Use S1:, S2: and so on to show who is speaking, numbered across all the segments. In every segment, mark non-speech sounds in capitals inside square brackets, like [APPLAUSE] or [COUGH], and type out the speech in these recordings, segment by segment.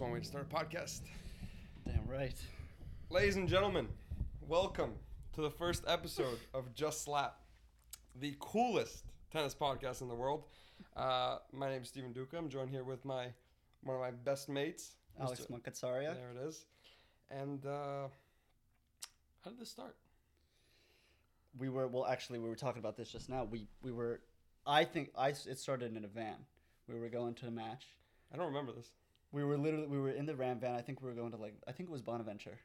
S1: way to start a podcast.
S2: Damn right.
S1: Ladies and gentlemen, welcome to the first episode of Just Slap, the coolest tennis podcast in the world. Uh, my name is Steven Duca. I'm joined here with my one of my best mates,
S2: Alex
S1: Mr.
S2: Moncatsaria.
S1: There it is. And uh, how did this start?
S2: We were well, actually, we were talking about this just now. We we were, I think I s- it started in a van. We were going to a match.
S1: I don't remember this.
S2: We were literally we were in the Ram van. I think we were going to like I think it was Bonaventure,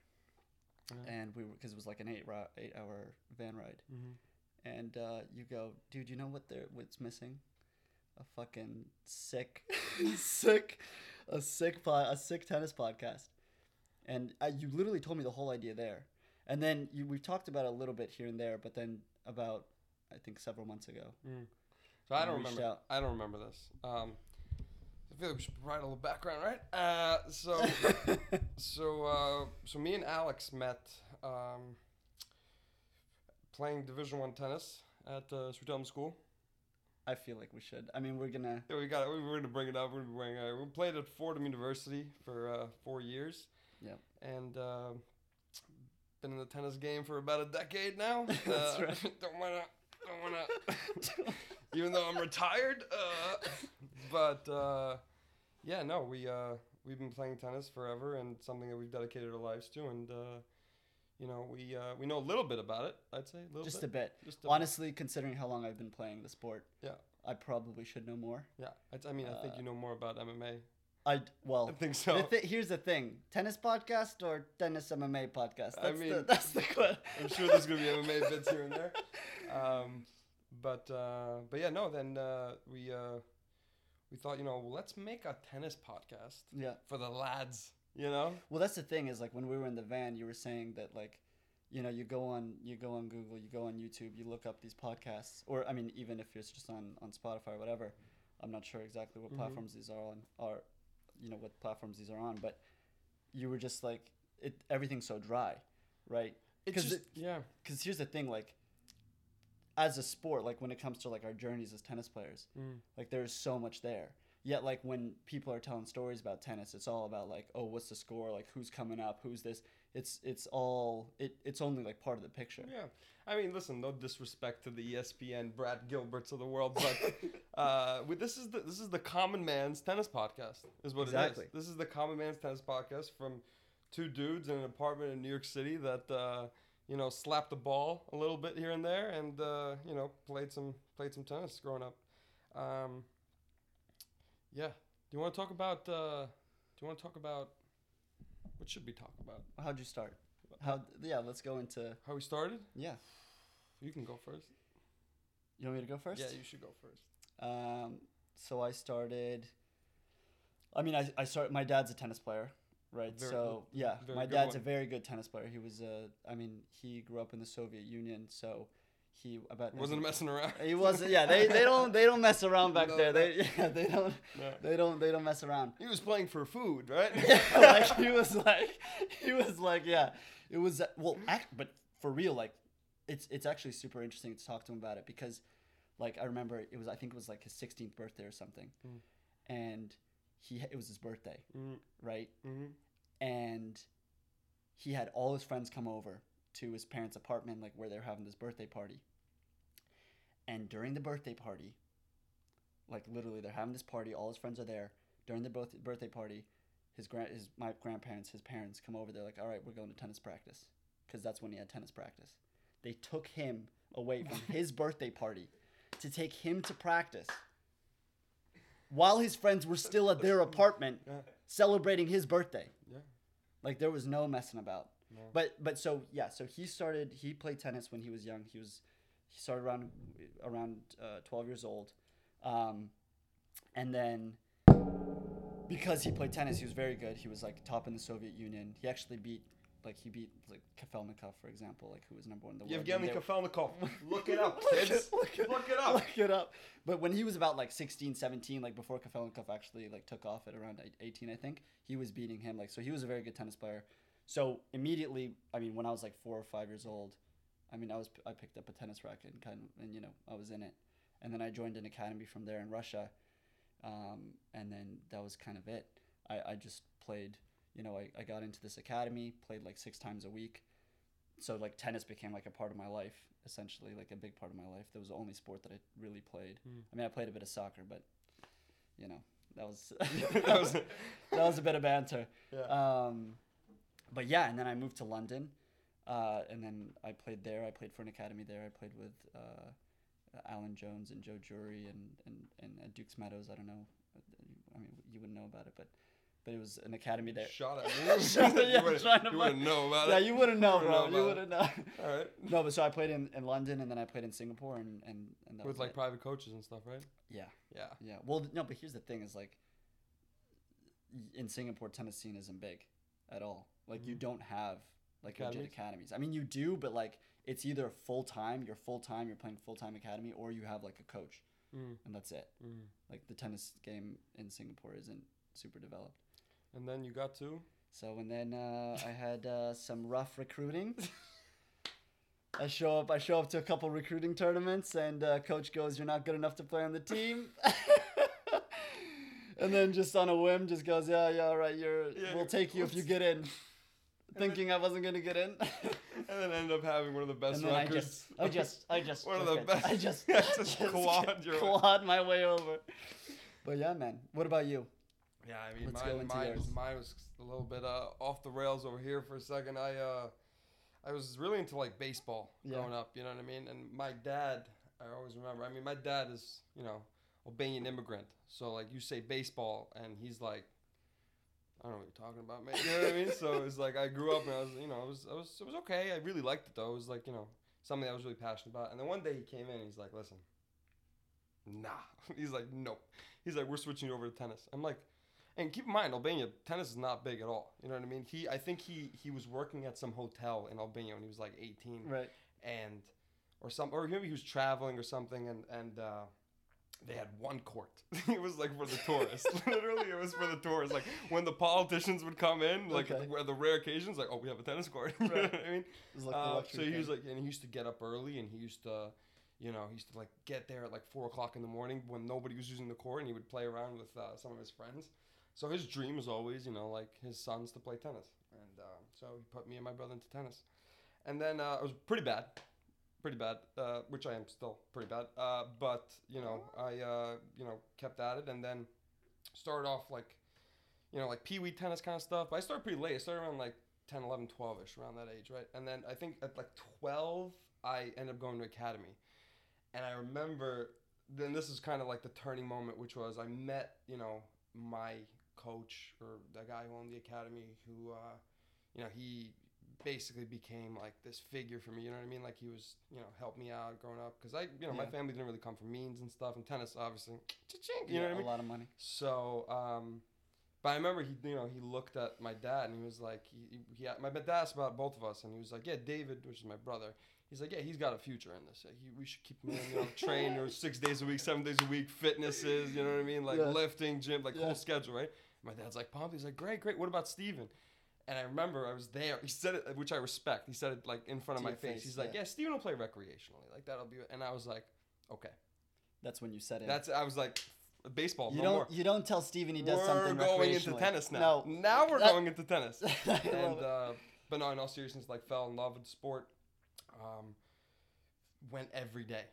S1: Yeah.
S2: and we were because it was like an eight ri- eight hour van ride.
S1: Mm-hmm.
S2: And uh, you go, dude, you know what there what's missing? A fucking sick, [LAUGHS] sick, a sick pod, a sick tennis podcast. And I, you literally told me the whole idea there. And then you, we've talked about it a little bit here and there, but then about I think several months ago.
S1: So I
S2: You
S1: don't
S2: reached
S1: remember.
S2: out.
S1: I don't remember this. Um, I feel like we should provide a little background, right? Uh, so. So, uh, so me and Alex met um, playing Division One tennis at uh, Sweet Elm School.
S2: [LAUGHS] I feel like we should. I mean, we're
S1: [LAUGHS]
S2: gonna.
S1: Yeah, we got. We were gonna bring it up. We were going. Uh, we played at Fordham University for uh, four years.
S2: Yep.
S1: And uh, been in the tennis game for about a decade now.
S2: [LAUGHS] That's
S1: Uh,
S2: right.
S1: [LAUGHS] Don't wanna. Don't wanna.
S2: [LAUGHS]
S1: even though I'm retired. Uh, but uh, yeah, no, we uh, we've been playing tennis forever, and it's something that we've dedicated our lives to, and uh, you know, we uh, we know a little bit about it. I'd say a little
S2: Just a
S1: bit.
S2: bit.
S1: just bit.
S2: Honestly, considering how long I've been playing the sport,
S1: Yeah.
S2: I probably should know more.
S1: Yeah, I, I mean, I think
S2: uh,
S1: you know more about MMA.
S2: I d- well,
S1: [LAUGHS] I think
S2: the
S1: so.
S2: thi- here's the thing: tennis podcast or tennis MMA podcast. That's
S1: I
S2: the,
S1: mean,
S2: [LAUGHS] that's the question.
S1: I'm sure there's gonna be MMA bits here and there. Um, but uh, but yeah, no. Then uh, we uh, we thought, you know, let's make a tennis podcast
S2: [LAUGHS] Yeah.
S1: for the lads. You know,
S2: Well, that's the thing is like when we were in the van, you were saying that like, you know, you go on you go on Google, you go on YouTube, you look up these podcasts, or I mean, even if it's just on on Spotify or whatever. I'm not sure exactly what
S1: Mhm.
S2: platforms these are on, or you know what platforms these are on, but you were just like it. Everything's so dry, right?
S1: it's
S2: 'Cause
S1: just
S2: it-
S1: yeah.
S2: because here's the thing like as a sport like when it comes to like our journeys as tennis players
S1: Mm.
S2: like there's so much there yet like when people are telling stories about tennis it's all about like oh what's the score like who's coming up who's this it's it's all it, it's only like part of the
S1: [LAUGHS]
S2: picture
S1: Yeah, I mean, listen, no disrespect to the E ESPN Brad Gilberts of the world, but [LAUGHS] uh, we, this is the this is the common man's tennis podcast, is what
S2: Exactly.
S1: it is. This is the common man's tennis podcast from two dudes in an apartment in New York City that uh, you know slapped the ball a little bit here and there, and uh, you know played some played some tennis growing up. Um, yeah, do you want to talk about? Uh, do you want to talk about? What should we talk about?
S2: how'd you start how yeah let's go into
S1: How we started?
S2: yeah
S1: You can go first.
S2: you want me to go first
S1: Yeah, you should go first.
S2: Um, so I started. I mean, I, I started. My dad's a tennis player, right?
S1: Very-
S2: so yeah,
S1: very
S2: my
S1: good
S2: dad's
S1: one.
S2: a very good tennis player. He was a. I mean, he grew up in the Soviet Union, so he about
S1: Wasn't messing around.
S2: He wasn't. Yeah, they, they don't
S1: [LAUGHS]
S2: they don't mess around back
S1: No,
S2: there.
S1: no.
S2: They yeah, they don't
S1: No.
S2: they don't they don't mess around.
S1: He was playing for food, [LAUGHS] right?
S2: like [LAUGHS] he was like he was like yeah it was uh, well act, but for real like it's it's actually super interesting to talk to him about it because like i remember it was i think it was like his 16th birthday or something
S1: Mm.
S2: and he it was his birthday
S1: [LAUGHS] mm-hmm.
S2: right and he had all his friends come over to his parents apartment like where they were having this birthday party and during the birthday party like literally they're having this party all his friends are there during the birth- birthday party his grand his my grandparents his parents come over they're like all right we're going to tennis practice because that's when he had tennis practice they took him away from his birthday party to take him to practice while his friends were still at their apartment
S1: Yeah.
S2: celebrating his birthday
S1: Yeah.
S2: like there was no messing about.
S1: No.
S2: But but so yeah, so he started. He played tennis when he was young. He was he started around around uh, twelve years old, um, and then because he played tennis, he was very good. He was like top in the Soviet Union. He actually beat like he beat like Kafelnikov, for example, like who was number one in the world. when
S1: Yevgeny
S2: they were-
S1: Kafelnikov. [LAUGHS] Look it
S2: [LAUGHS]
S1: up,
S2: Look
S1: kids.
S2: it- look it-
S1: Look it up.
S2: Look it up. But when he was about like 16, 17, like before Kafelnikov actually like took off at around eight- 18, I think, he was beating him. Like, so he was a very good tennis player. So immediately, I mean, when I was like four or five years old, I mean, I was I picked up a tennis racket and kind of, and you know, I was in it. And then I joined an academy from there in Russia. Um, and then that was kind of it. I, I just played, you know, I, I got into this academy, played like six times a week. So like tennis became like a part of my life, essentially, like a big part of my life. That was the only sport that I really played.
S1: Mm.
S2: I mean, I played a bit of soccer, but you know, that was [LAUGHS]
S1: [LAUGHS] that was it.
S2: that was a bit of banter.
S1: Yeah.
S2: Um, but yeah, and then I moved to London, uh, and then I played there. I played for an academy there. I played with uh, Alan Jones and Joe Jury and and and at Duke's Meadows. I don't know. I mean, you wouldn't know about it, but but it was an academy there. [LAUGHS]
S1: Shot at
S2: Shot
S1: me.
S2: at- yeah,
S1: [LAUGHS] you wouldn't,
S2: trying to
S1: you
S2: buy-
S1: wouldn't know about
S2: Yeah,
S1: it.
S2: you wouldn't know,
S1: Wouldn't
S2: bro.
S1: know
S2: you
S1: about it.
S2: wouldn't know. [LAUGHS]
S1: All right.
S2: no, but so I played in, in London, and then I played in Singapore, and and and that
S1: With
S2: was
S1: like
S2: it.
S1: private coaches and stuff, right?
S2: yeah.
S1: Yeah.
S2: Yeah. Well, th- no, but here's the thing: is like y- in Singapore, tennis scene isn't big at all. Like you
S1: Mhm.
S2: don't have like legit
S1: Academies?
S2: academies. I mean, you do, but like it's either full time, you're full time, you're playing full time academy, or you have like a coach,
S1: Mm,
S2: and that's it.
S1: mm.
S2: Like the tennis game in Singapore isn't super developed.
S1: And then you got to
S2: So and then uh, I had uh, some rough recruiting. I show up. I show up to a couple recruiting tournaments, and uh, coach goes, "You're not good enough to play on the team." [LAUGHS] and then just on a whim, just goes, "Yeah, yeah, all right. You're.
S1: Yeah,
S2: we'll take you if you
S1: whoops.
S2: get in."
S1: then-
S2: Thinking I wasn't gonna get
S1: [LAUGHS]
S2: in.
S1: and then end up having one of the best
S2: and then I
S1: records.
S2: just, I just, I just,
S1: One of the
S2: took it.
S1: best-
S2: I just,
S1: Yeah,
S2: I
S1: [LAUGHS]
S2: [LAUGHS]
S1: just
S2: just
S1: clawed your way.
S2: clawed my way over. But yeah, man. What about you?
S1: Yeah, I mean,
S2: Let's go
S1: mine,
S2: into
S1: mine,
S2: yours.
S1: mine was a little bit uh, off the rails over here for a second. I, uh, I was really into like baseball
S2: Yeah.
S1: growing up. You know what I mean? And my dad, I always remember. I mean, my dad is you know Albanian immigrant, so like you say baseball, and he's like, I don't know what you're talking about, man. You know what I mean? So it's like I grew up and I was you know I was I was it was okay. I really liked it though. It was like you know something I was really passionate about. And then one day he came in and he's like, listen, nah. [LAUGHS] He's like, nope. He's like, we're switching you over to tennis. I'm like, and keep in mind, Albania, tennis is not big at all. You know what I mean? He, I think he, he was working at some hotel in Albania when he was like 18
S2: Right.
S1: and, or some, or maybe he was traveling or something. And, and, uh, they had one court. [LAUGHS] it was like for the tourists. [LAUGHS] Literally, it was for the tourists. Like when the politicians would come in, like
S2: Okay.
S1: the, the rare occasions, like oh, we have a tennis court. [LAUGHS] you know
S2: Right.
S1: what I mean?
S2: It was like the
S1: Uh,
S2: luxury
S1: so he
S2: thing.
S1: was like, and he used to get up early, and he used to, you know, he used to like get there at like four o'clock in the morning when nobody was using the court, and he would play around with uh, some of his friends. So his dream was always, you know, like his sons to play tennis, and uh, so he put me and my brother into tennis, and then uh, it was pretty bad, pretty bad, uh, which I am still pretty bad. Uh, but you know, I uh, you know kept at it, and then started off like, you know, like pee wee tennis kind of stuff. But I started pretty late. I started around like 10, 11, 12 ish, around that age, right? And then I think at like 12, I ended up going to academy. And I remember, then this is kind of like the turning moment, which was I met, you know, my coach or the guy who owned the academy who, uh, you know, he basically became like this figure for me. You know what I mean? Like he was, you know, helped me out growing up. Cause I, you know, my
S2: Yeah.
S1: family didn't really come from means and stuff. And tennis, obviously, cha-ching, you
S2: yeah,
S1: know what I
S2: a
S1: mean?
S2: lot of money.
S1: So, um, but I remember he, you know, he looked at my dad and he was like, he, he, my dad asked about both of us and he was like, yeah, David, which is my brother, he's like, yeah, he's got a future in this. He, we should keep him in, you know, train or six days a week, seven days a week, fitnesses, you know what I mean? Like
S2: Yeah.
S1: lifting, gym, like
S2: Yeah.
S1: whole schedule, right? My dad's like pumped. He's like, great, great. What about Steven? And I remember I was there. He said it, which I respect. He said it like in front
S2: To
S1: of my
S2: your
S1: face.
S2: face,
S1: He's like,
S2: yeah.
S1: yeah, Steven will play recreationally. Like that'll be. And I was like, okay,
S2: That's when you set in.
S1: that's. I was like, baseball.
S2: You
S1: Oh, no
S2: don't
S1: more
S2: you don't tell Steven he does
S1: we're
S2: something
S1: going into
S2: recreationally.
S1: tennis now.
S2: No.
S1: Now we're
S2: That-
S1: going into
S2: [LAUGHS]
S1: tennis.
S2: I love
S1: and
S2: it.
S1: uh, but no, in all seriousness, like fell in love with sport. Um, went every day,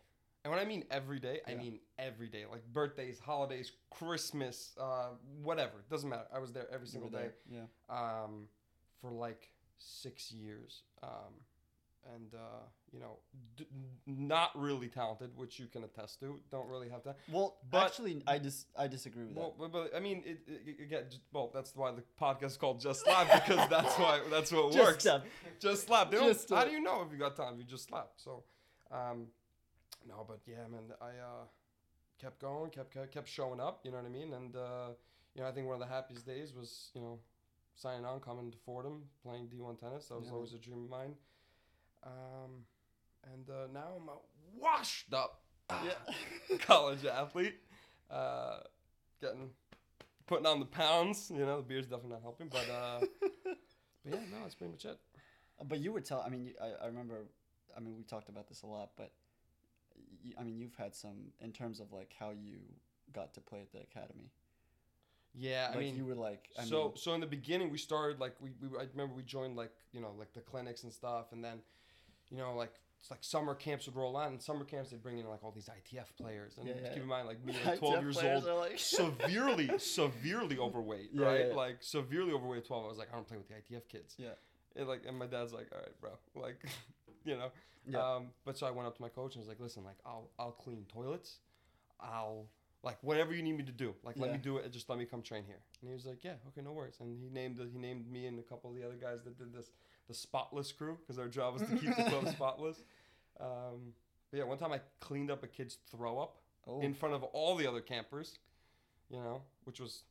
S1: and when I mean every day, I
S2: Yeah.
S1: mean every day, like birthdays, holidays, Christmas, uh, whatever. It doesn't matter. I was there every
S2: You
S1: single
S2: were
S1: day
S2: there, Yeah.
S1: um, for like six years. Um, and uh, you know, d- not really talented, which you can attest to. Don't really have that.
S2: Well,
S1: But-
S2: actually, I dis- I disagree with
S1: Well, but, but I mean, it, it, again, j- well, that's why the podcast is called Just Slap because that's why that's what
S2: that. [LAUGHS]
S1: works.
S2: Just, uh,
S1: Just slap. They don't,
S2: Just
S1: how
S2: slap.
S1: do you know if you got time? You just slap. So, um, no, but yeah, man, I uh, kept going, kept kept- kept showing up. You know what I mean? And uh, you know, I think one of the happiest days was you know signing on, coming to Fordham, playing D one tennis. That was
S2: Yeah.
S1: always a dream of mine. Um, and uh, now I'm a washed up
S2: yeah.
S1: [LAUGHS] college athlete, uh, getting putting on the pounds. You know, the beer's definitely not helping, but uh, but yeah, no, that's pretty much it.
S2: but you were telling. I mean, you, I I remember. I mean, we talked about this a lot, but y- I mean, you've had some in terms of like how you got to play at the academy.
S1: Yeah,
S2: Like
S1: I mean,
S2: you were like, I
S1: so
S2: mean,
S1: so in the beginning we started like we, we I remember we joined like you know like the clinics and stuff and then you know like it's like summer camps would roll on and summer camps they'd bring in like all these ITF players and
S2: Yeah, yeah.
S1: keep in mind like me
S2: [LAUGHS]
S1: like 12 years
S2: players
S1: old
S2: are like- [LAUGHS]
S1: severely, severely overweight,
S2: Yeah,
S1: right?
S2: yeah.
S1: Like severely overweight at twelve. I was like, I don't play with the ITF kids.
S2: Yeah.
S1: And like, and my dad's like, all right, bro, [LAUGHS] like, you know.
S2: Yeah.
S1: Um, but so I went up to my coach and was like, listen, like, I'll, I'll clean toilets, I'll like whatever you need me to do, like let me
S2: Yeah.
S1: do it. and Just let me come train here. And he was like, yeah, okay, no worries. And he named he named me and a couple of the other guys that did this the spotless crew because their job was to keep the
S2: [LAUGHS]
S1: club spotless. Um, but yeah, one time I cleaned up a kid's throw up
S2: oh,
S1: in front of all the other campers, you know, which was,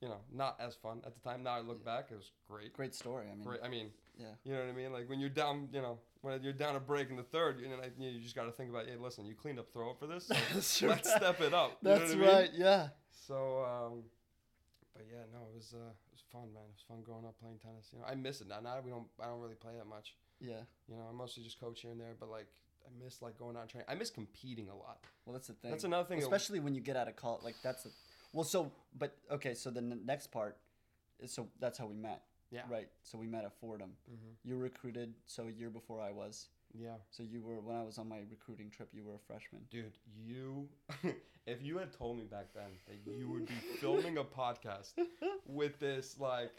S1: you know, not as fun at the time. Now I look back, it was great.
S2: great story. I mean,
S1: Great. I mean,
S2: Yeah.
S1: you know what I mean? Like when you're down, you know, when you're down a break in the third, you know, like, you just got to think about, hey, listen, you cleaned up throw up
S2: [LAUGHS]
S1: for this. So
S2: [LAUGHS] That's
S1: let's
S2: right.
S1: step
S2: [LAUGHS]
S1: it up. You know
S2: That's
S1: what I mean?
S2: right. Yeah.
S1: So, um, but yeah, no, it was uh, it was fun, man. It was fun growing up playing tennis. You know, I miss it now. Now we don't, I don't really play that much.
S2: Yeah.
S1: You know, I mostly just coach here and there. But like, I miss like going out and training. I miss competing a lot.
S2: Well, that's the thing.
S1: That's another thing. that-
S2: Especially when you get out of college, like that's a, well. So, but okay. So the n- next part, is so that's how we met.
S1: Yeah.
S2: Right. So we met at Fordham.
S1: Mhm.
S2: You were recruited. So a year before I was.
S1: yeah.
S2: So you were when I was on my recruiting trip. You were a freshman.
S1: Dude, you, [LAUGHS] if you had told me back then that you would be filming a podcast with this, like,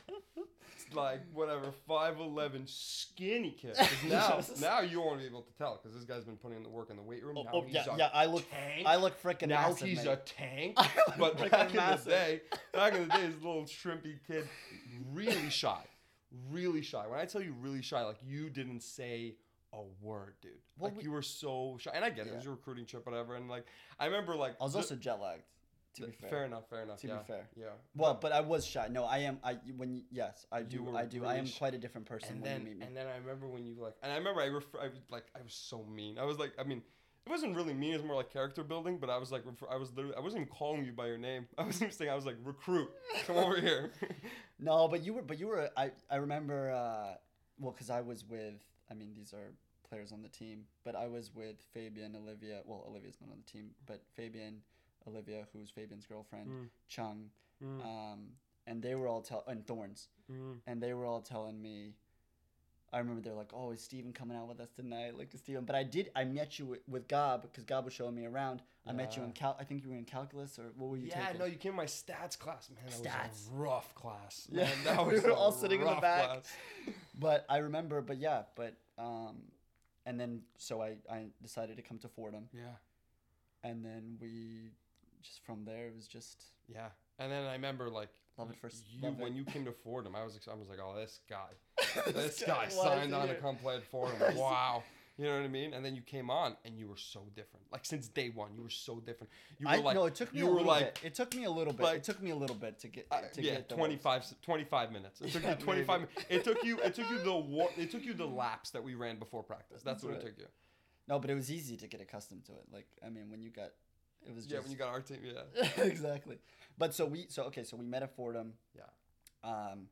S1: like whatever, 5'11 skinny kid, 'cause
S2: [LAUGHS]
S1: now,
S2: Yes.
S1: now you won't be able to tell because this guy's been putting in the work in the weight room.
S2: Oh,
S1: now he's a
S2: I look.
S1: tank.
S2: I look freaking.
S1: now
S2: massive,
S1: he's
S2: mate.
S1: a tank.
S2: [LAUGHS] I look
S1: But
S2: freaking
S1: back in
S2: massive.
S1: the day, back in the day, this little shrimpy kid, really shy, really shy. When I tell you really shy, like you didn't say a word, dude.
S2: Well,
S1: like
S2: we-
S1: you were so shy, and I get it. It was
S2: Yeah.
S1: a recruiting trip, whatever. And like I remember, like
S2: I was
S1: the-
S2: also jet lagged. To
S1: th-
S2: be fair.
S1: enough, fair enough.
S2: To
S1: yeah,
S2: be fair.
S1: yeah.
S2: Well, but I was shy. No, I am. I when you- yes, I
S1: You
S2: do.
S1: were
S2: I do. I
S1: really
S2: am
S1: sh-
S2: quite a different person
S1: and
S2: when
S1: then
S2: you meet me.
S1: and then I remember when you like, and I remember I, refer, I was, like I was so mean. I was like, I mean. It wasn't really mean. It was more like character building. But I was like, refer, I was literally, I wasn't even calling you by your name. [LAUGHS] I was just saying, I was like, recruit,
S2: [LAUGHS]
S1: come over here.
S2: No, but you were, but you were. I I remember. Uh, well, because I was with. I mean, these are players on the team, but I was with Fabian, Olivia. Well, Olivia's not on the team, but Fabian, Olivia, who's Fabian's girlfriend,
S1: Mm.
S2: Chung,
S1: Mm,
S2: um, and they were all tell and Thorns,
S1: mm.
S2: and they were all telling me. I remember they're like, "Oh, is Steven coming out with us tonight?" Like, is Steven? But I did. I met you with, with Gob because Gob was showing me around. I met you in
S1: Yeah.
S2: cal. I think you were in calculus or what were you
S1: yeah,
S2: taking?
S1: no, you came to my stats class, man. That was
S2: Stats.
S1: a rough class.
S2: Yeah,
S1: man.
S2: [LAUGHS]
S1: That
S2: we
S1: was
S2: were
S1: a
S2: all sitting in the
S1: rough
S2: back.
S1: class.
S2: [LAUGHS] but I remember, but yeah, but um, and then so I I decided to come to Fordham,
S1: Yeah,
S2: and then we just from there it was just
S1: yeah. And then I remember like
S2: Love at first-
S1: you
S2: love
S1: when
S2: it.
S1: you came to Fordham, I was ex- I was like, oh, this
S2: [LAUGHS]
S1: guy,
S2: This
S1: this
S2: guy
S1: guy
S2: was
S1: signed on to
S2: here.
S1: come play
S2: [LAUGHS]
S1: at Fordham. Wow. You know what I mean? And then you came on, and you were so different. Like since day one, you were so different. You were
S2: I
S1: like,
S2: no, it took me
S1: you
S2: a
S1: were
S2: little
S1: like,
S2: bit. It took me a little bit.
S1: like-
S2: it took me a little bit to get
S1: Uh,
S2: to
S1: yeah,
S2: get the words.
S1: 25, s- 25 minutes. It
S2: [LAUGHS]
S1: took
S2: Yeah,
S1: you 25
S2: maybe.
S1: mi- It took you it took you
S2: [LAUGHS]
S1: the war, it took you the laps that we ran before practice. That's,
S2: That's
S1: what
S2: right.
S1: it took you.
S2: No, but it was easy to get accustomed to it. Like I mean, when you got, it was
S1: Yeah,
S2: just
S1: when you got our team, yeah.
S2: [LAUGHS] exactly. But so we so okay so we met at Fordham.
S1: Yeah.
S2: Um,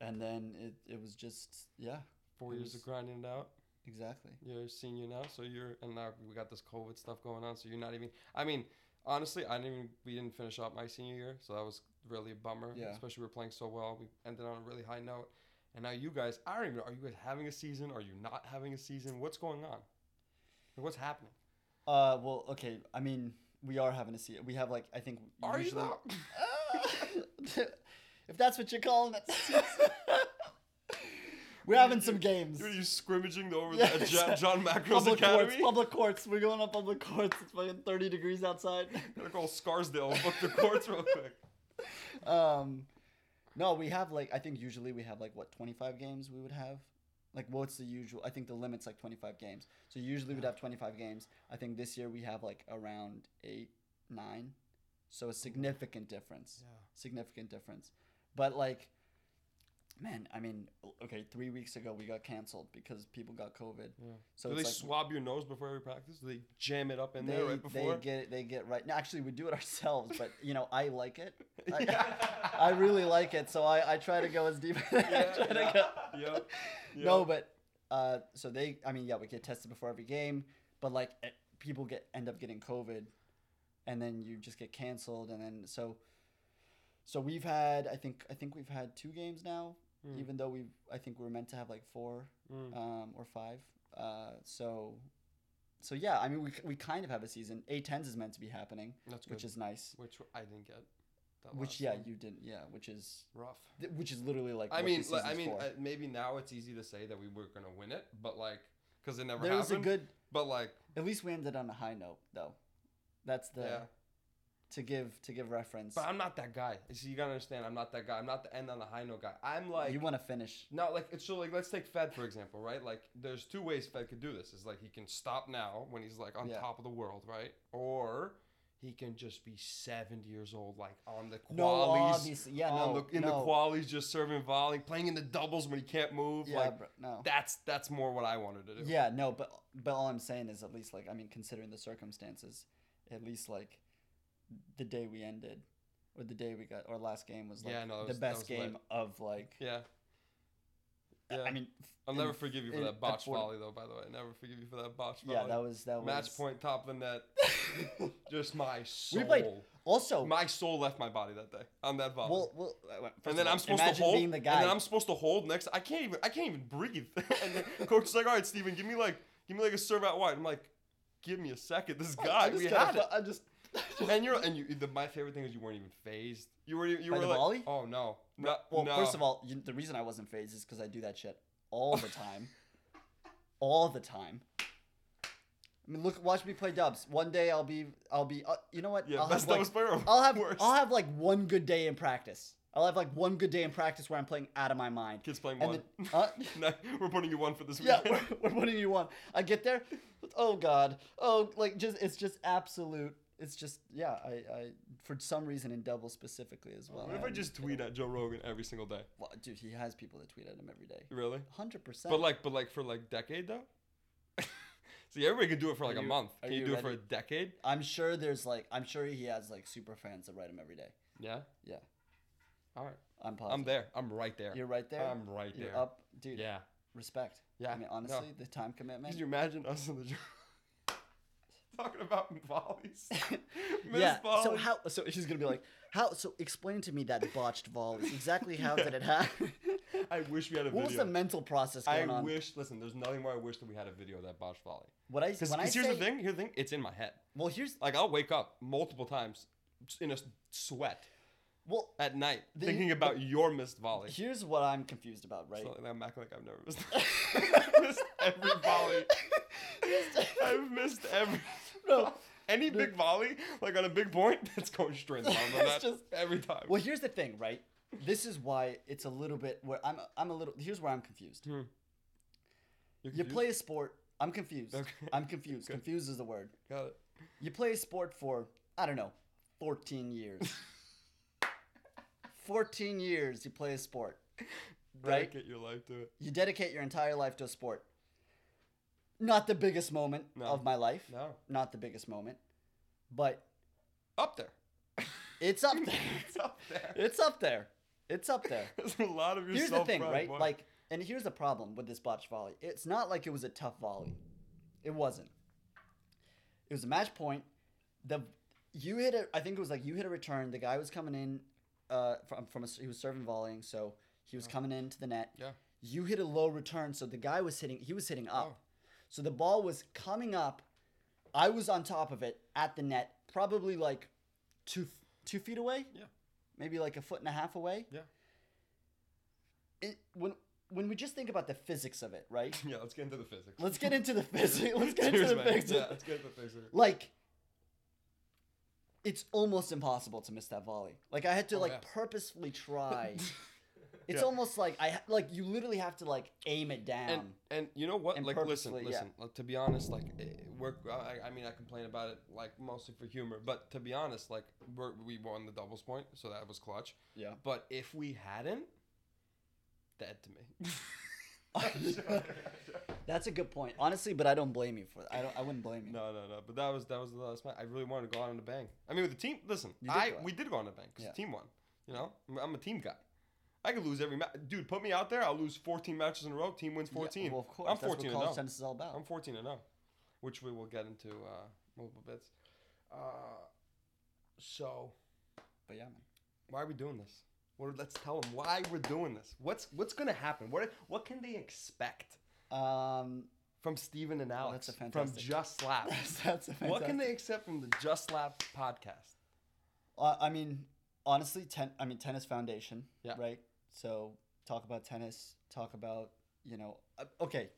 S2: and then it it was just yeah
S1: Four
S2: It
S1: years
S2: was-
S1: of grinding it out.
S2: exactly
S1: You're a senior now, so you're and now we got this COVID stuff going on, so you're not even. I mean, honestly, I didn't even we didn't finish up my senior year, so that was really a bummer.
S2: Yeah.
S1: Especially we were playing so well, we ended on a really high note, and now you guys, I don't even. know, Are you guys having a season? Are you not having a season? What's going on? Like, What's happening?
S2: Uh, well, okay. I mean, we are having to see it. We have like I think.
S1: Are
S2: usually-
S1: [LAUGHS] you not?
S2: Uh, if that's what you're calling it.
S1: [LAUGHS]
S2: We're having some games.
S1: Dude, are you scrimmaging over
S2: Yeah,
S1: the, at Ja-
S2: exactly.
S1: John Macros
S2: Public courts.
S1: Academy?
S2: Public courts. We're going on public courts. It's fucking thirty degrees outside.
S1: Gotta call Scarsdale and book the courts real quick. [LAUGHS]
S2: um, no, we have like I think usually we have like what twenty five games we would have. Like what's the usual? I think the limit's like twenty five games. So usually we'd have twenty five games. I think this year we have like around eight, nine. So a significant difference. significant difference. But like, man, I mean, okay, three weeks ago we got canceled because people got COVID.
S1: Yeah.
S2: So
S1: Do they
S2: it's like
S1: swab your nose before every practice? Do they jam it up in
S2: they,
S1: there right
S2: they
S1: before?
S2: get they get right. No, actually, we do it [LAUGHS] ourselves, but you know, I like it. I,
S1: [LAUGHS] Yeah.
S2: [LAUGHS] I really like it, so I, I try to go as deep. [LAUGHS] I try to go-
S1: Yep,
S2: [LAUGHS] No,
S1: yep.
S2: but uh, so they, I mean, yeah, we get tested before every game, but like eh, people get end up getting COVID, and then you just get canceled, and then so So we've had I think I think we've had two games now.
S1: Mm.
S2: Even though we I think we are meant to have like four
S1: Mm.
S2: um, or five. Uh, so so yeah, I mean we we kind of have a season. A tens is meant to be happening,
S1: That's good. Oh,
S2: which is nice.
S1: which I didn't get. That
S2: Which
S1: last
S2: yeah,
S1: one.
S2: you didn't yeah, which is
S1: rough.
S2: th- which is literally like
S1: I
S2: what
S1: mean,
S2: this
S1: like, I
S2: season's
S1: mean,
S2: for.
S1: uh, maybe now it's easy to say that we were gonna win it, but like, cause it never
S2: there was a
S1: happened.
S2: good
S1: but like,
S2: at least we ended on a high note though. That's the
S1: yeah.
S2: to give to give reference.
S1: But I'm not that guy. You See, you gotta understand, I'm not that guy. I'm not the end on the high note guy. I'm like,
S2: you want to finish.
S1: No, like it's so like let's take Fed for example, right? Like there's two ways Fed could do this. Is like he can stop now when he's like on
S2: Yeah.
S1: top of the world, right? Or he can just be 70 years old, like on the
S2: No,
S1: qualies,
S2: obviously, yeah,
S1: on
S2: no,
S1: the, in
S2: no.
S1: the qualies, just serving volley, playing in the doubles when he can't move.
S2: yeah,
S1: like
S2: bro, no.
S1: that's that's more what I wanted to do.
S2: Yeah, no, but but all I'm saying is at least like I mean, considering the circumstances, at least like the day we ended, or the day we got, or last game was like
S1: Yeah, no, that
S2: the
S1: was- that
S2: best
S1: was lit.
S2: game of like.
S1: yeah. Yeah.
S2: I mean,
S1: I'll
S2: in-
S1: never forgive you for
S2: in-
S1: that botch
S2: afford-
S1: volley though. By the way, never forgive you for that botch volley.
S2: yeah, that was that was
S1: match point, top of the net.
S2: [LAUGHS]
S1: Just my soul.
S2: We played- Also,
S1: My soul left my body that day on that volley.
S2: well, well, uh, first
S1: and
S2: of
S1: then
S2: all,
S1: I'm supposed to
S2: imagine
S1: hold.
S2: being the guy.
S1: And then I'm supposed to hold next. I can't even. I can't even breathe. [LAUGHS] and then coach is like, "All right, Steven, give me like, give me like a serve out wide." I'm like, "Give me a second. This guy,
S2: I just
S1: we
S2: gotta
S1: had
S2: fu- I just. [LAUGHS]
S1: it." And you're and you. The, my favorite thing is you weren't even phased. You were. You
S2: By
S1: were
S2: the
S1: like,
S2: volley?
S1: "Oh no, no,
S2: well,
S1: no."
S2: first of all, you, the reason I wasn't phased is because I do that shit all the
S1: [LAUGHS]
S2: time, all the time. I mean, look, watch me play dubs. One day I'll be, I'll be, uh, you know what?
S1: yeah,
S2: I'll
S1: that's
S2: have
S1: that
S2: like-
S1: was better.
S2: I'll have
S1: worse.
S2: I'll have like one good day in practice. I'll have like one good day in practice where I'm playing out of my mind.
S1: Kids playing
S2: and
S1: one.
S2: then- huh?
S1: [LAUGHS] No, we're putting you one for
S2: [LAUGHS]
S1: this
S2: Yeah,
S1: [LAUGHS] weekend.
S2: [LAUGHS] we're, we're putting you on. I get there. Oh God. Oh, like just it's just absolute. It's just yeah. I I for some reason in double specifically as well.
S1: what if I
S2: am-
S1: just tweet at Joe Rogan every single day?
S2: Well, dude, he has people that tweet at him every day.
S1: Really?
S2: Hundred percent.
S1: But like, but like for like decade though. [LAUGHS] See, everybody can do it for like
S2: Are
S1: a
S2: you-
S1: month.
S2: are
S1: Can you,
S2: you
S1: do it for a
S2: ready?
S1: decade?
S2: I'm sure there's like I'm sure he has like super fans that write him every day.
S1: Yeah.
S2: Yeah,
S1: All right.
S2: I'm positive.
S1: I'm there. I'm right there.
S2: You're right there.
S1: I'm right
S2: You're
S1: there.
S2: up, dude.
S1: Yeah.
S2: Respect.
S1: Yeah,
S2: I mean,
S1: no.
S2: honestly, the time commitment.
S1: Could you imagine us in the gym [LAUGHS] talking about [LAUGHS] volleys? Miss
S2: yeah. So
S1: volleys.
S2: how? So [LAUGHS] he's gonna be like, how? So explain to me that botched volley. Exactly how did it
S1: [LAUGHS]
S2: happen?
S1: I wish we had a
S2: what was
S1: video.
S2: the mental process
S1: I
S2: going on?
S1: wish. Listen, there's nothing more I wish that we had a video of that botch volley.
S2: What I
S1: Because
S2: when I
S1: here's
S2: say,
S1: the thing. Here's the thing. It's in my head.
S2: well, here's
S1: Like I'll wake up multiple times s- in a s- sweat
S2: well,
S1: at night
S2: The-
S1: thinking about your missed volley.
S2: here's what I'm confused about, right?
S1: So,
S2: [LAUGHS]
S1: [LAUGHS] like, I'm acting like I've never missed. I've missed [LAUGHS] every volley. I've missed every.
S2: [LAUGHS] No.
S1: Any big volley, like on a big [LAUGHS] point, that's going straight
S2: [LAUGHS]
S1: down the
S2: That's
S1: net
S2: just-
S1: every time.
S2: Well, here's the thing, right? This is why it's a little bit where I'm I'm a little here's where I'm confused.
S1: You're
S2: You
S1: confused?
S2: play a sport. I'm confused.
S1: Okay.
S2: I'm confused. Confused is the word.
S1: Got it.
S2: You play a sport for, I don't know, 14 years.
S1: [LAUGHS]
S2: 14 years you play a sport. Right?
S1: Dedicate your life to it.
S2: You dedicate your entire life to a sport. Not the biggest moment
S1: No.
S2: of my life.
S1: No.
S2: Not the biggest moment. But
S1: Up there.
S2: it's up
S1: [LAUGHS]
S2: there.
S1: It's up there.
S2: it's up there. It's up there.
S1: There's a lot of yourself.
S2: Here's the thing,
S1: pride,
S2: right?
S1: boy.
S2: Like, and here's the problem with this botched volley. It's not like it was a tough volley. It wasn't. It was a match point. The you hit a. I think it was like you hit a return. The guy was coming in, uh, from from a, he was serving volleying, so he
S1: Oh.
S2: was coming into the net.
S1: Yeah.
S2: You hit a low return, so the guy was hitting. He was hitting up,
S1: Oh.
S2: so the ball was coming up. I was on top of it at the net, probably like two two feet away.
S1: Yeah.
S2: Maybe like a foot and a half away
S1: Yeah.
S2: it, when when we just think about the physics of it,
S1: [LAUGHS]
S2: right?
S1: Yeah. Let's get into the physics.
S2: Let's get into the physics. Let's get into
S1: Cheers,
S2: the
S1: man.
S2: physics.
S1: Yeah, let's get into the physics.
S2: Like, it's almost impossible to miss that volley. Like I had to
S1: Oh,
S2: like
S1: yeah.
S2: purposefully try.
S1: [LAUGHS]
S2: it's
S1: Yeah.
S2: almost like I ha- like you literally have to like aim it down.
S1: and and you know what
S2: Um, and
S1: like listen
S2: purposely, yeah.
S1: listen like, to be honest like eh, we're I, I mean i complain about it like mostly for humor but to be honest like we're, we won the doubles point so that was clutch
S2: yeah.
S1: but if we hadn't dead
S2: [LAUGHS]
S1: to me
S2: [LAUGHS] That's a good point, honestly. But I don't blame you for that. I don't. I wouldn't blame you.
S1: no no no but that was that was the last match i really wanted to go out on a bang i mean with the team listen
S2: You did
S1: i
S2: go out.
S1: we did go on a bang because
S2: Yeah.
S1: the team won you know I'm- i'm a team guy I could lose every match, dude. Put me out there, I'll lose 14 matches in a row. Team wins
S2: Yeah,
S1: 14.
S2: well, of course.
S1: I'm
S2: That's
S1: 14
S2: what
S1: and
S2: college
S1: oh.
S2: tennis is all about.
S1: I'm 14 and 0, which we will get into uh, multiple bits. Uh, so
S2: But yeah, man.
S1: why are we doing this? Or let's tell them why we're doing this. What's what's gonna happen? What what can they expect
S2: Um, [LAUGHS]
S1: from Steven and Alex?
S2: that's a
S1: From
S2: fantastic-
S1: Just Slap.
S2: that's, that's a fantastic.
S1: what can they expect from the Just Slap podcast?
S2: Uh, I mean, honestly, ten. I mean, tennis foundation.
S1: Yeah.
S2: Right. So talk about tennis. Talk about you know. uh, Okay,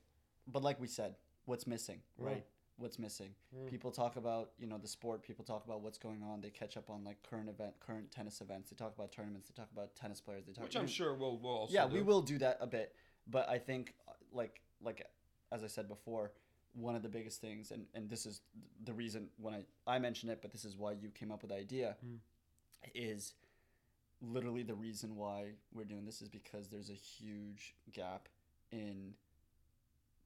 S2: but like we said, what's missing,
S1: Mm.
S2: right? What's missing?
S1: Mm.
S2: People talk about you know the sport. People talk about what's going on. They catch up on like current event, current tennis events. They talk about tournaments. They talk about tennis players. They talk.
S1: Which I'm
S2: you-
S1: sure we'll we'll also
S2: yeah,
S1: do.
S2: we will do that a bit, but I think uh, like like as I said before, one of the biggest things, and and this is the reason when I I mentioned it, but this is why you came up with the idea,
S1: Mm.
S2: is literally the reason why we're doing this is because there's a huge gap in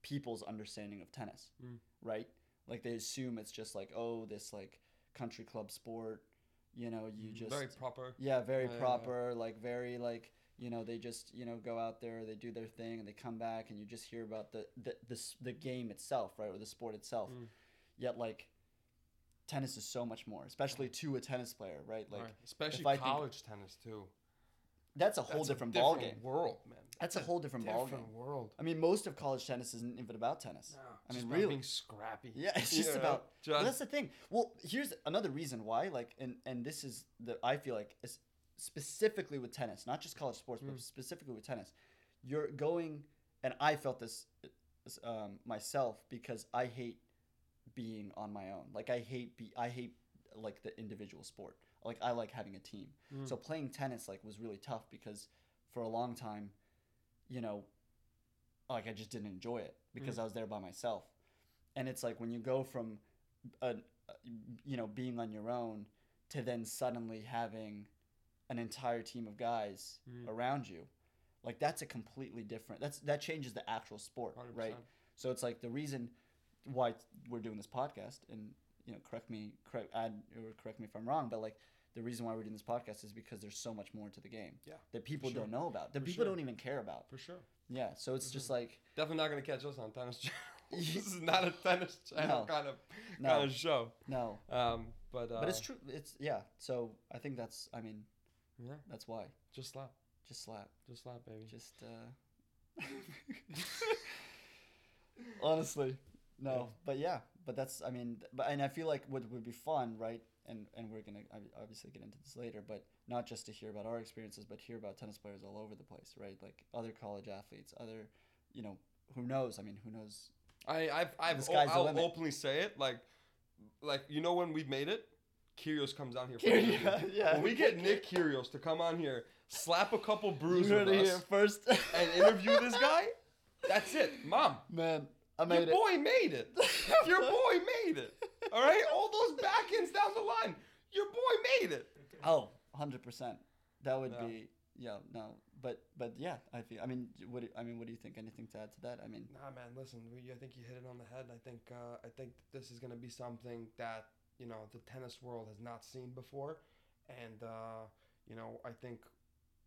S2: people's understanding of tennis,
S1: Mm.
S2: right? Like they assume it's just like oh this like country club sport, you know you just
S1: Hmm, very proper.
S2: yeah, very
S1: Oh, Yeah, yeah, yeah.
S2: proper, like very like you know they just you know go out there, they do their thing, and they come back, and you just hear about the the the, s- the game itself, right, or the sport itself.
S1: Mm.
S2: Yet like tennis is so much more, especially to a tennis player, right? Like
S1: Right. especially
S2: if I think-
S1: college tennis too.
S2: that's a whole
S1: That's
S2: different, ballgame.
S1: different world, man.
S2: That's a whole different, ballgame.
S1: different world.
S2: I mean, most of college tennis isn't even about tennis. I mean,
S1: just about
S2: really.
S1: being scrappy.
S2: Yeah, it's just
S1: Yeah,
S2: about. well,
S1: just-
S2: that's the thing. Well, here's another reason why. Like, and and this is the I feel like is specifically with tennis, not just college sports, but specifically with tennis, you're going. And I felt this um, myself because I hate being on my own. Like I hate be I hate like the individual sport. Like I like having a team.
S1: Hmm. Mm.
S2: So playing tennis like was really tough because for a long time, you know, like I just didn't enjoy it because I was there by myself. And it's like when you go from a you know being on your own to then suddenly having an entire team of guys
S1: Mm.
S2: around you. Like that's a completely different. That's that changes the actual sport, right?
S1: 100%.
S2: So it's like the reason why we're doing this podcast, and you know, correct me, correct, add or correct me if I'm wrong, but like the reason why we're doing this podcast is because there's so much more to the game
S1: Yeah,
S2: that people
S1: sure.
S2: don't know about, that
S1: For
S2: people
S1: sure. Mm-hmm.
S2: don't even care about.
S1: for sure.
S2: Yeah, so it's just like
S1: Definitely not gonna catch us on tennis [LAUGHS] channel.
S2: [LAUGHS]
S1: this is not a tennis channel
S2: No.
S1: kind of
S2: No.
S1: kind of show.
S2: no,
S1: Um, but uh,
S2: but it's true. It's yeah. So I think that's. I mean,
S1: yeah,
S2: that's why.
S1: just slap,
S2: Just slap.
S1: just slap, baby.
S2: Just. uh Honestly, no. But yeah, but that's. I mean, th- but and I feel like what would be fun, right? And and we're gonna ob- obviously get into this later, but not just to hear about our experiences, but hear about tennis players all over the place, right? Like other college athletes, other, you know, who knows? I mean, who knows?
S1: [LAUGHS] I I've, I've
S2: The
S1: o-
S2: sky's the
S1: I'll
S2: limit.
S1: openly say it like like you know when we made it, Kyrgios comes down here. For an interview.
S2: yeah, [LAUGHS] yeah.
S1: When we get Nick Kyrgios to come on here, slap a couple brews
S2: You heard
S1: with
S2: it here
S1: us,
S2: first.
S1: [LAUGHS] and interview this guy. That's it, mom.
S2: Man, I
S1: Your
S2: made it.
S1: boy made it. Your boy made it. All right, all those backends down the line. Your boy made it.
S2: Oh, 100%. That would
S1: Yeah.
S2: be yeah, no. But but yeah, I feel I mean, what do, I mean, what do you think anything to add to that? I mean,
S1: Nah, man. Listen, we, I think you hit it on the head. I think uh, I think this is gonna be something that you know the tennis world has not seen before, and uh, you know I think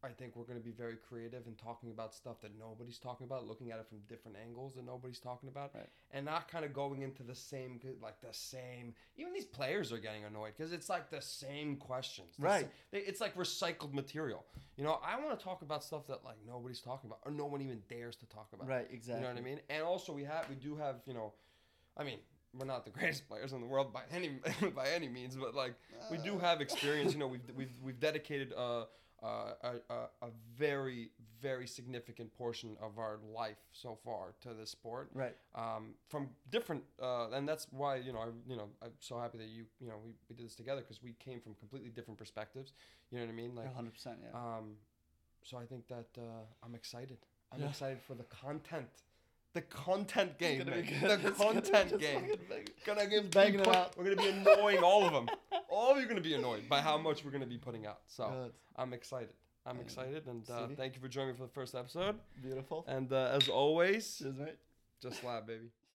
S1: I think we're gonna be very creative in talking about stuff that nobody's talking about, looking at it from different angles that nobody's talking about,
S2: Right.
S1: and not kind of going into the same like the same. Even these players are getting annoyed because it's like the same questions, the
S2: Right.
S1: sa- they, it's like recycled material. You know, I want to talk about stuff that like nobody's talking about or no one even dares to talk about.
S2: right, exactly.
S1: You know what I mean? And also we have we do have, you know, I mean, we're not the [LAUGHS] greatest players in the world by any [LAUGHS] by any means, but like we do have experience. You know, we've we've we've dedicated uh, uh, a a a very very significant portion of our life so far to this sport
S2: [LAUGHS] Right.
S1: um, from different, uh, and that's why you know I you know I'm so happy that you you know we, we did this together because we came from completely different perspectives. You know what I mean? Like,
S2: 100%, yeah.
S1: um, so I think that uh, I'm excited. I'm
S2: Yeah.
S1: excited for the content, the content game,
S2: gonna be
S1: man.
S2: good. It's
S1: the
S2: gonna
S1: content
S2: just
S1: game.
S2: fucking bang-
S1: Gonna give
S2: banging
S1: be
S2: it
S1: put-
S2: out.
S1: We're gonna be annoying all of them. All of you are gonna be annoyed by how much we're gonna be putting out. So
S2: Good.
S1: I'm excited. I'm
S2: Yeah.
S1: excited, and uh,
S2: Stevie?
S1: thank you for joining me for the first episode.
S2: Beautiful.
S1: And uh, as always,
S2: Cheers, mate.
S1: just live, baby.